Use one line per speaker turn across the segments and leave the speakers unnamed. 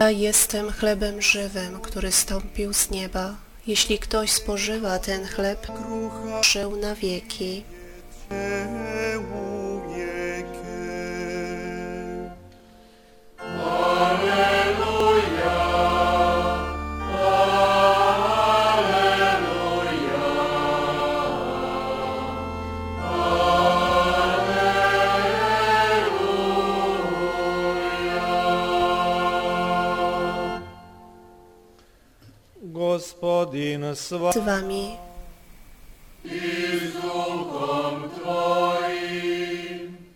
Ja jestem chlebem żywym, który stąpił z nieba. Jeśli ktoś spożywa ten chleb,
krucha
żył na wieki.
przełumiekiem. Gospodin z
Z wami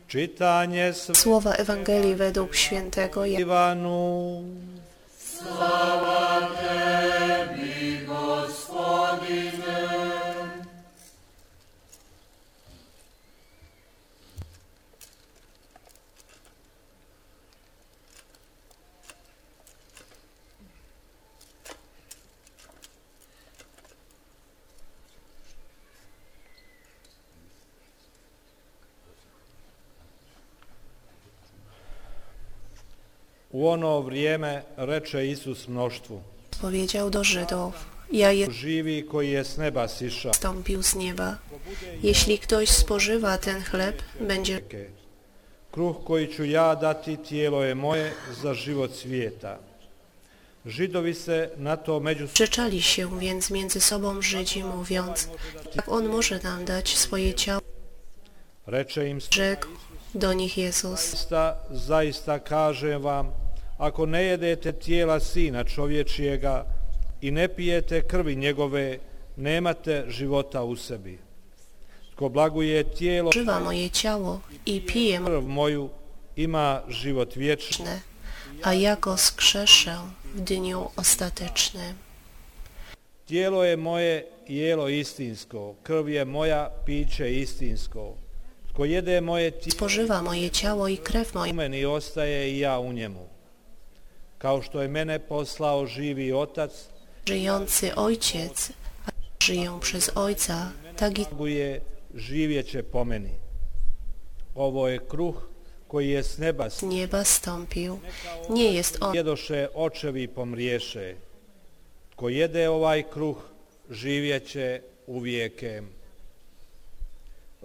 Czytanie z
słowa Ewangelii według świętego Jana.
Iwanu. U ono vrijeme reče Isus mnoštvu.
Powiedział do Żydów, ja jestem
Živi koji je s neba siša.
stąpił z nieba. Jeśli ktoś spożywa ten chleb, będzie
Kruh koji ću ja dati tijelo je moje za život svijeta. Židovi se na to među
Krzyczali się więc między sobą Żydzi, mówiąc, jak on może nam dać swoje ciało?
reče im
Rzekł do nich Jezus.
zaista, zaista kažem vam, ako ne jedete tijela sina čovječijega i ne pijete krvi njegove, nemate života u sebi. Tko blaguje tijelo
Spożywa moje ciało i pije
krv moju, ima život vječni.
mroczne, a ja go skrzeszę w dniu ostatecznym.
Tijelo je moje jelo istinsko, krv je moja piće istinsko. Tko jede moje tijelo
Spożywa moje ciało i krew
u
moją,
meni ostaje i ja u njemu. Kao što je mene poslao živi otac,
żyjący ojciec, a żyję przez ojca, tak i
je živjet će po meni. Ovo je kruh koji je s neba
z nieba stąpił. Nie jest on
jedoše očevi pomriješe. Tko jede ovaj kruh živjet će uvijeke.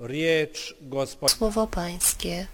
Riječ gospod.
słowo pańskie.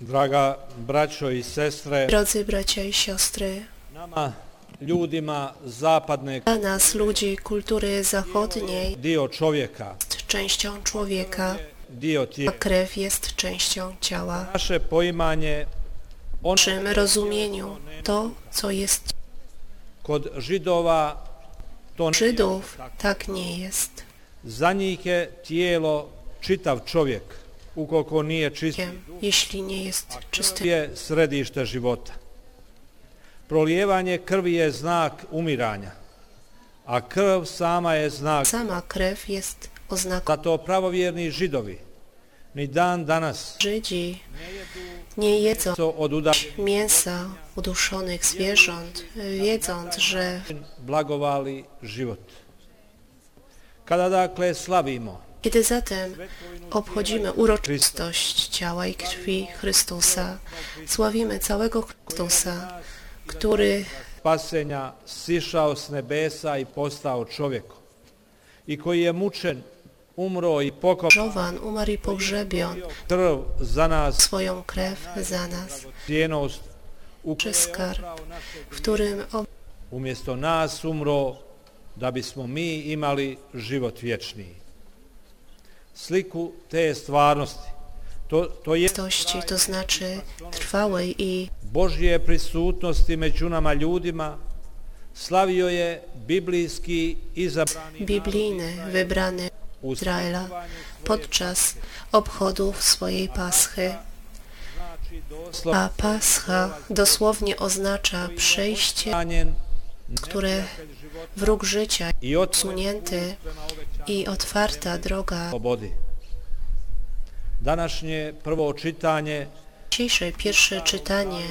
Draga braćo i sestre,
Drodzy bracia i siostry,
nama ljudima zapadne
dla nas, ludzi kultury zachodniej,
dio čovjeka,
jest częścią człowieka,
dio
a
tijela.
krew jest częścią ciała.
Naše poimanje Ono-
W
on
naszym rozumieniu to, co jest
kod židova to ne-
Żydów, tak nie jest.
Za njih je tijelo čitav čovjek, ukoliko nije čist,
Jeśli nie jest czysty,
je središte života. Prolijevanje krvi je znak umiranja, a krv sama je znak.
sama krew jest oznaką
Zato pravovjerni židovi ni dan danas
Żydzi. Nie jedzą
to od udara
mięsa uduszonych zwierząt, wiedząc, że
blagovali život. Kada dakle slavimo
Kiedy zatem obchodzimy uroczystość ciała i krwi Chrystusa, sławimy całego Chrystusa, który
spasenja sišao s nebesa i postao čovjekom i koji je mučen, umro i pokopan
żowan umarł i pogrzebion
krv za nas
swoją krew za nas,
cijenost u
czy skarb, w którym on
umjesto nas umro da bismo mi imali život vječni. Sliku te stvarnosti, to, to je
obecności, to znaczy trwałej i
Božje prisutnosti među nama ljudima, slavio je biblijski izabrani
biblijny, wybrany
u
Izraela podczas obchodów swojej Paschy.
znači doslovno
a pascha dosłownie oznacza przejście,
ranjen,
które wróg życia
i odsunięty
odsunięty i otwarta droga.
slobodi. Današnje prvo čitanje
Dzisiejsze pierwsze czytanie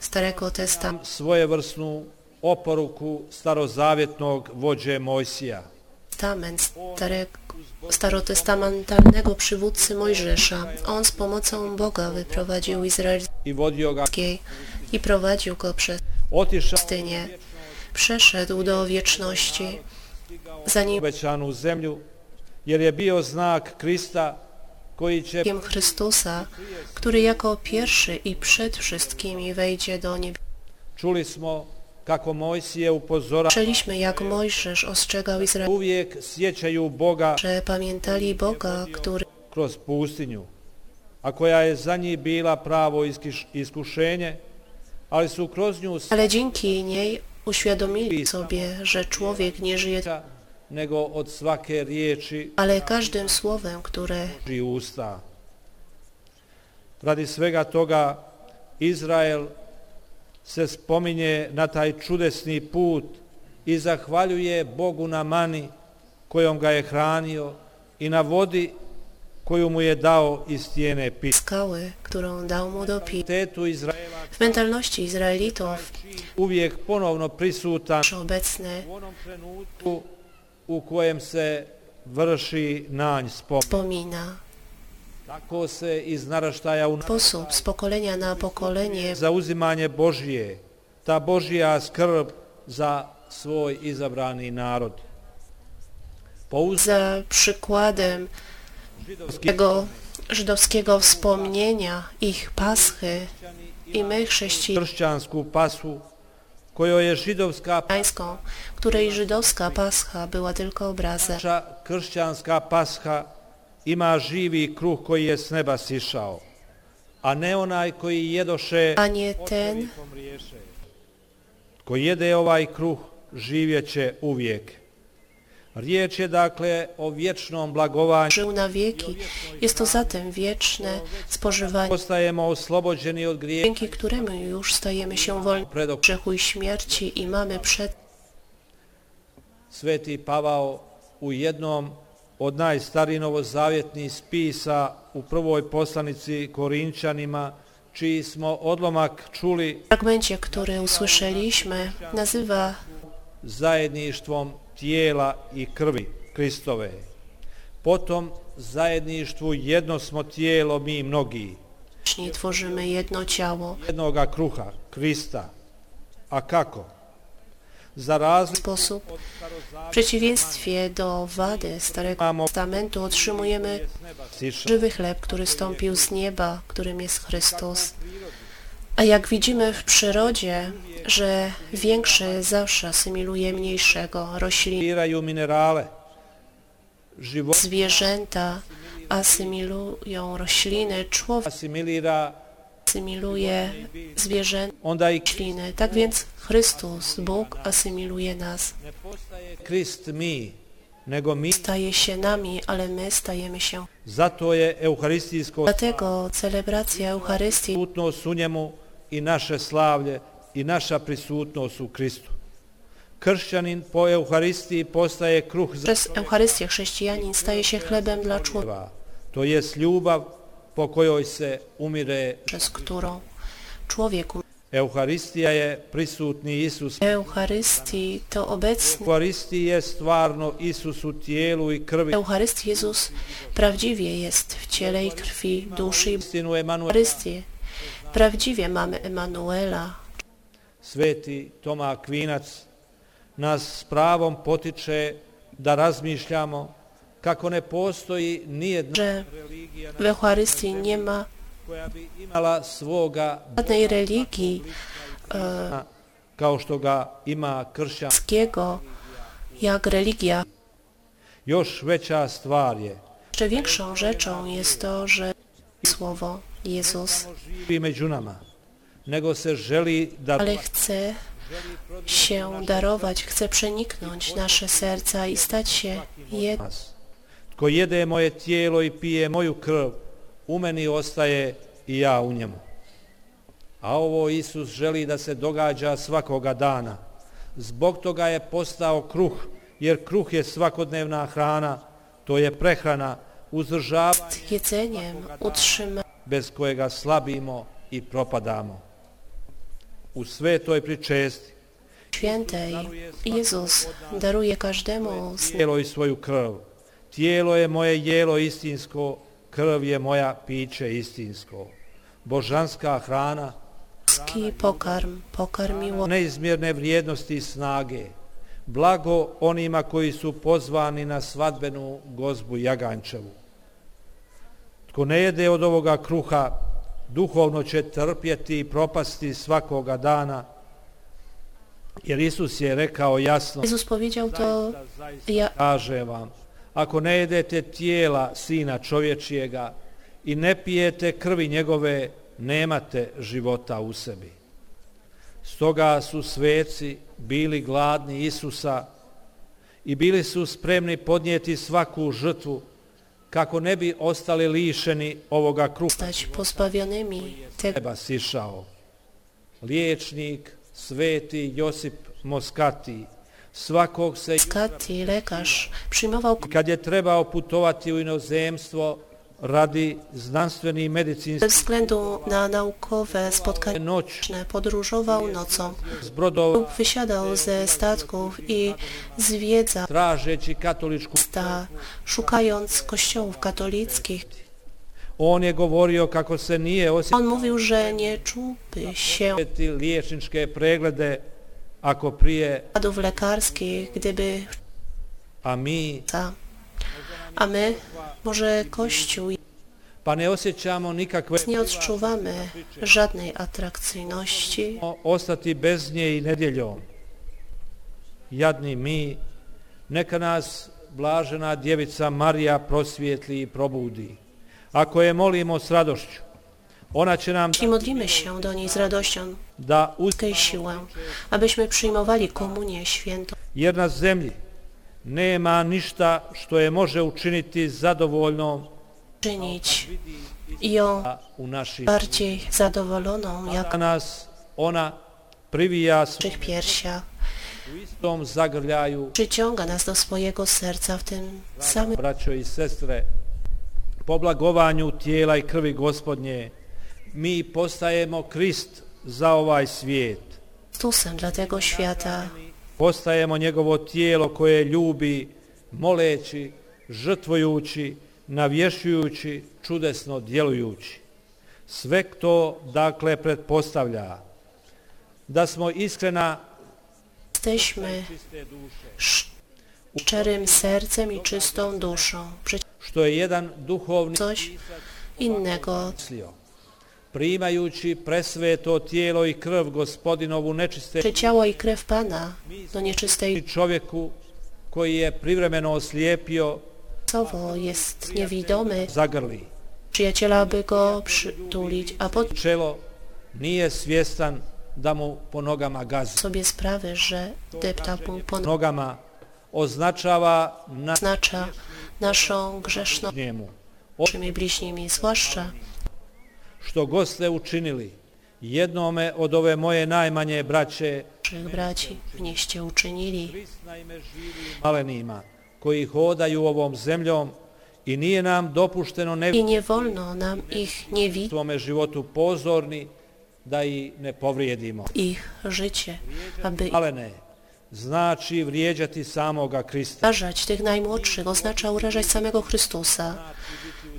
Starego Testamentu
svojevrsnu oporuku starozavjetnog vođe Mojsija.
starego, starotestamentalnego przywódcy Mojżesza. On z pomocą Boga wyprowadził Izraelskiej
i vodio ga
i prowadził go przez
otišao
pustynię. Przeszedł do wieczności, zanim
obećanu zemlju jer je bio znak Krista koji će
Bogiem Chrystusa, który jako pierwszy i przed wszystkimi wejdzie do nieba.
čuli smo kako Mojsije upozorava
Słyszeliśmy, jak Mojżesz ostrzegał Izrael,
uvijek sjećaju Boga
że pamiętali Boga, który
kroz pustinju, a koja je za njih bila pravo iskiš- iskušenje, ali su kroz nju
ale dzięki niej uświadomili sobie, że człowiek nie żyje, tak,
sreća nego od svake riječi
ale każdym słowem, które
i usta. Radi svega toga Izrael se spominje na taj čudesni put i zahvaljuje Bogu na mani kojom ga je hranio i na vodi koju mu je dao iz tijene pisa.
skały, którą dał mu do picia.
Tetu Izraela
W mentalności Izraelitów
uvijek ponovno prisutan
nasz obecny
u onom trenutku u kojem se vrši nanj spomen.
wspomina
Tako se iz naraštaja u
sposób z pokolenia na pokolenie
zauzimanje Božije, ta Božija skrb za svoj izabrani narod. Pouzdan
za przykładem tego żydowskiego wspomnienia ich paschy i my chrześcijańską,
kršćansku pasu kojoj je židovska
której żydowska pascha była tylko obrazem.
paša, kršćanska pasha ima živi kruh koji je s neba sišao, a ne onaj koji jedoše
A nie ten,
Ko jede ovaj kruh živjet će uvijek. Riječ je dakle o vječnom blagovanju.
żył na wieki. Jest to zatem wieczne spożywanie,
Postajemo oslobođeni od grijeha
dzięki któremu już stajemy się wolni od
predok
grzechu i śmierci i mamy przed
Sveti Pavao u jednom od najstarijih novozavjetnih spisa u prvoj poslanici Korinčanima, čiji smo odlomak čuli
W fragmencie, który usłyszeliśmy, nazywa
zajedništvom tijela i krvi Kristove. Potom zajedništvu jedno smo tijelo mi mnogi,
Liczni tworzymy jedno ciało.
jednoga kruha, Krista. A kako? Za
W
razliku
sposób, w przeciwieństwie do wady Starego Testamentu, otrzymujemy
siša,
żywy chleb, który stąpił z nieba, którym jest Chrystus. A jak widzimy w przyrodzie, że większy zawsze asymiluje mniejszego, rośliny,
biraju minerale, život
zwierzęta asymilują rośliny, człowiek
asimilira,
asymiluje zwierzęta.
onda i
rośliny. Tak więc Chrystus, Bóg, asymiluje nas.
ne postaje Krist mi, nego mi.
Staje się nami, ale my stajemy się.
Zato je euharistijsko
Dlatego celebracja Eucharystii
prisutnost u njemu i naše slavlje i naša prisutnost u Kristu. Kršćanin po euharistiji postaje kruh za
przez Eucharystię chrześcijanin staje się chlebem dla człowieka,
čovjeka, to jest ljubav po kojoj se umire.
przez którą człowiek umiera.
Euharistija je prisutni Isus.
Eucharystii to obecny.
Euharistiji je stvarno Isus u tijelu i krvi.
Eucharyst Jezus prawdziwie jest w ciele i krwi, duszy i
Istinu Emanuel,
Eucharystię. Prawdziwie mamy Emanuela.
sveti Toma Akvinac, nas s pravom potiče da razmišljamo kako ne postoji nijedna
Że
religija
w Eucharystii nie ma
koja bi imala svoga
żadnej religii, e,
Boga kao što ga ima kršćan.
wszystkiego, jak religia.
Još veća stvar je.
Jeszcze większą rzeczą jest to, że słowo Jezus,
Živi među nama, nego se želi da
ale chce się darować, chce przeniknąć nasze serca i stać się jednym.
nas. Tko jede moje tijelo i pije moju krv, u meni ostaje i ja u njemu. A ovo Isus želi da se događa svakoga dana. Zbog toga je postao kruh, jer kruh je svakodnevna hrana, to je prehrana, uzdržavanje
jedzeniem utrzyma
bez kojega slabimo i propadamo. U svetoj pričesti
świętej. Jezus daruje każdemu z
tijelo i svoju krv. Tijelo je moje jelo istinsko, krv je moja piće istinsko. Božanska hrana
ski pokarm, pokarm miłości.
neizmjerne vrijednosti i snage. Blago onima koji su pozvani na svadbenu gozbu Jagančevu. Tko ne jede od ovoga kruha, duhovno će trpjeti i propasti svakoga dana, jer Isus je rekao jasno,
Jezus powiedział to ja,
kaže vam, ako ne jedete tijela sina čovječijega i ne pijete krvi njegove, nemate života u sebi. Stoga su sveci bili gladni Isusa i bili su spremni podnijeti svaku žrtvu kako ne bi ostali lišeni ovoga kruha
stać pozbawionymi tego.
neba sišao. Liječnik, sveti Josip Moskati, svakog se
Skati, lekarz, przyjmował k-
kad je trebao putovati u inozemstvo radi znanstvenih i
ze
medicinskih
względu na naukowe spotkania
noć
podróżował nocą
s brodova
lub wysiadał ze statków i zwiedzał
tražeći katoličku.
ta, szukając kościołów katolickich.
On je govorio kako se nije
On mówił, że nie czułby się
osjetiti liječničke preglede ako prije,
badów lekarskich, gdyby
a mi
ta. A my, może Kościół,
pa ne osjećamo nikakve
nie odczuwamy żadnej atrakcyjności,
ostati bez nje i nedjeljom. Jadni mi, neka nas blažena djevica Marija prosvijetli i probudi. Ako je molimo s radošću, ona će nam
i modlimy się do niej z radością,
da uz...
tej siłę, abyśmy przyjmowali komunię świętą.
jer na zemlji nema ništa što je može učiniti zadovoljnom
czynić ją
a u našim.
bardziej zadowoloną jak
Na nas ona privija
w naszych piersiach.
svom zagrljaju
Przyciąga nas do swojego serca w tym samym
braćo i sestre, po blagovanju tijela i krvi gospodnje, mi postajemo Krist za ovaj svijet.
Chrystusem dla tego świata.
Postajemo njegovo tijelo koje ljubi, moleći, žrtvujući, navješujući, čudesno djelujući. Sve to, dakle, pretpostavlja da smo iskrena
Jesteśmy sz- szczerym sercem i czystą duszą. Przecież
što je jedan duhovni
coś innego
mislio. Primajući presveto tijelo i krv gospodinovu nečiste
czy ciało i krew Pana do nieczystej
čovjeku koji je privremeno oslijepio
duchowo jest niewidomy.
zagrli.
Przyjaciela, by go przytulić, a pod
Čelo nije svjestan da mu po nogama gazi.
sobie sprawy, że deptał mu ponad
Nogama označava na
oznacza naszą grzeszną
njemu.
naszymi bliźnimi, zwłaszcza
Ono Što god ste učinili jednome od ove moje najmanje braće
naszych braci. Mnieście uczynili.
malenima koji hodaju ovom zemljom i nije nam dopušteno ne
I nie wolno nam ich nie widzieć,
svome životu pozorni da i ne povrijedimo.
ich życie, aby
Malene znači vrijeđati samoga Krista.
urażać tych najmłodszych, oznacza urażać samego Chrystusa.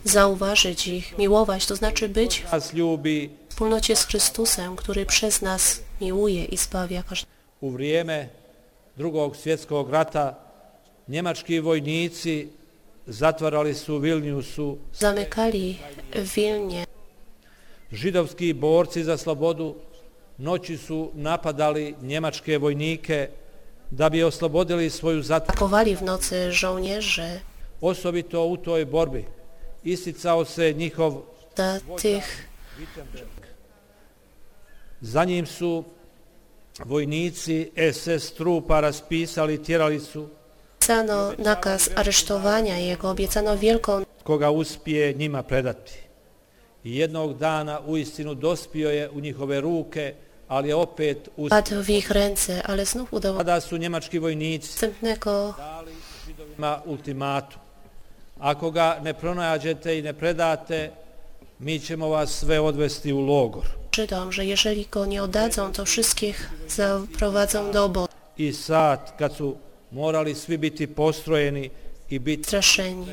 Zauważyć ich, miłować, to znaczy być
Nas ljubi
w wspólnocie z Chrystusem, który przez nas miłuje i zbawia każdego.
u vrijeme drugog svjetskog rata njemački vojnici zatvarali su u Vilniusu
Zamykali w Wilnie
židovski borci za slobodu noći su napadali njemačke vojnike da bi oslobodili svoju zatvor.
atakowali w nocy żołnierzy
Osobito u toj borbi isticao se njihov
dla tych
Za njim su vojnici SS trupa raspisali tjeralicu
obiecano nakaz aresztowania jego, obiecano wielką
koga uspije njima predati. i jednog dana uistinu dospio je u njihove ruke, ali je opet uz...
Padł w ich ręce, ale znów udało
Tada su njemački vojnici
następnego
dali židovima ultimatum. Ako ga ne pronađete i ne predate, mi ćemo vas sve odvesti u logor.
Żydom, że jeżeli go nie oddadzą, to wszystkich zaprowadzą do obozu,
I sad, kad su morali svi biti postrojeni i biti...
straszeni.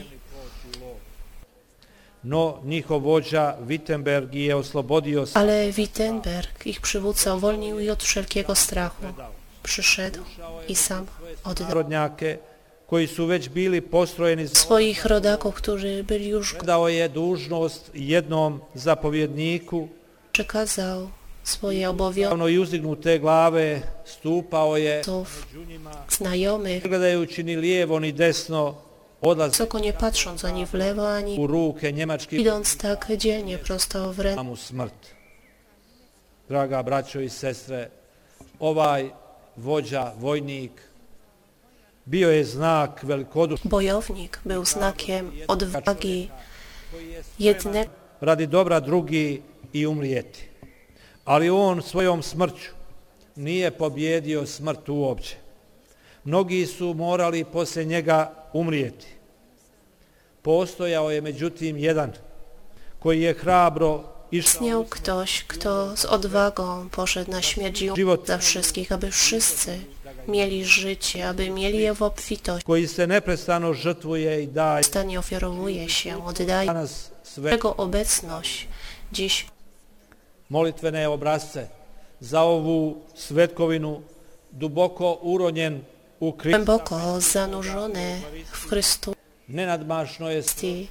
No, njihov vođa Wittenberg je oslobodio se
Ale Wittenberg, ich przywódca, uwolnił ich od wszelkiego strachu. Przyszedł i sam oddał
narodnjake koji su već bili postrojeni za
swoich rodaków, którzy byli już go-
dao je dužnost jednom zapovjedniku,
przekazał swoje obowiązki
javno i uzdignute glave stupao je,
znajomych,
ne gledajući ni lijevo ni desno, odlaze
wysoko nie patrząc ani w lewo, ani
u ruke njemačkih
idąc tak dzielnie prosto w ręce.
mu smrt. Draga braćo i sestre, ovaj vođa, vojnik, bio je znak velikodušnosti
Bojownik był znakiem odwagi jednego
radi dobra drugi i umrijeti. Ali on svojom smrću nije pobjedio smrt uopće. Mnogi su morali poslije njega umrijeti. Postojao je međutim jedan koji je hrabro išao
Istniał ktoś, kto z odwagą poszedł na śmierć i umarł za wszystkich, aby wszyscy mieli życie, aby mieli je w obfitości.
koji se neprestano žrtvuje i daje
Stanie ofiarowuje się, oddaje
danas sve
jego obecność. Dziś
molitvene obrazce za ovu svetkovinu duboko uronjen u Kristu.
głęboko zanurzony w Chrystusie
Nenadmašno je Sveti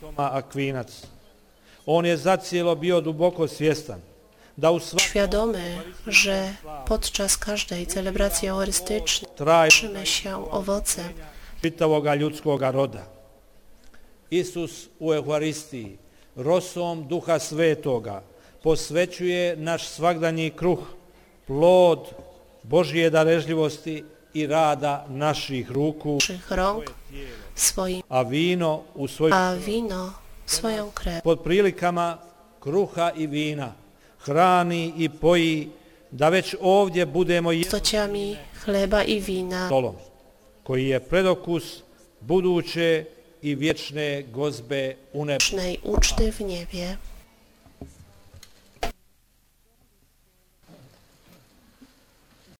Toma Akvinac. On je zacijelo bio duboko svjestan da u svakom
świadomy, że podczas każdej celebracji eurystycznej
traju
cieszymy się owocem
čitavoga ljudskoga roda. Isus u Euharistiji, rosom Duha Svetoga, posvećuje naš svagdanji kruh, plod Božje darežljivosti i rada naših ruku,
naszych rąk w swoim,
a vino u svoju
a wino w swoją krew.
pod prilikama kruha i vina hrani i poji da već ovdje budemo jednim
stociami chleba i wina.
stolom koji je predokus buduće i vječne gozbe u nebu.
wiecznej uczty w niebie.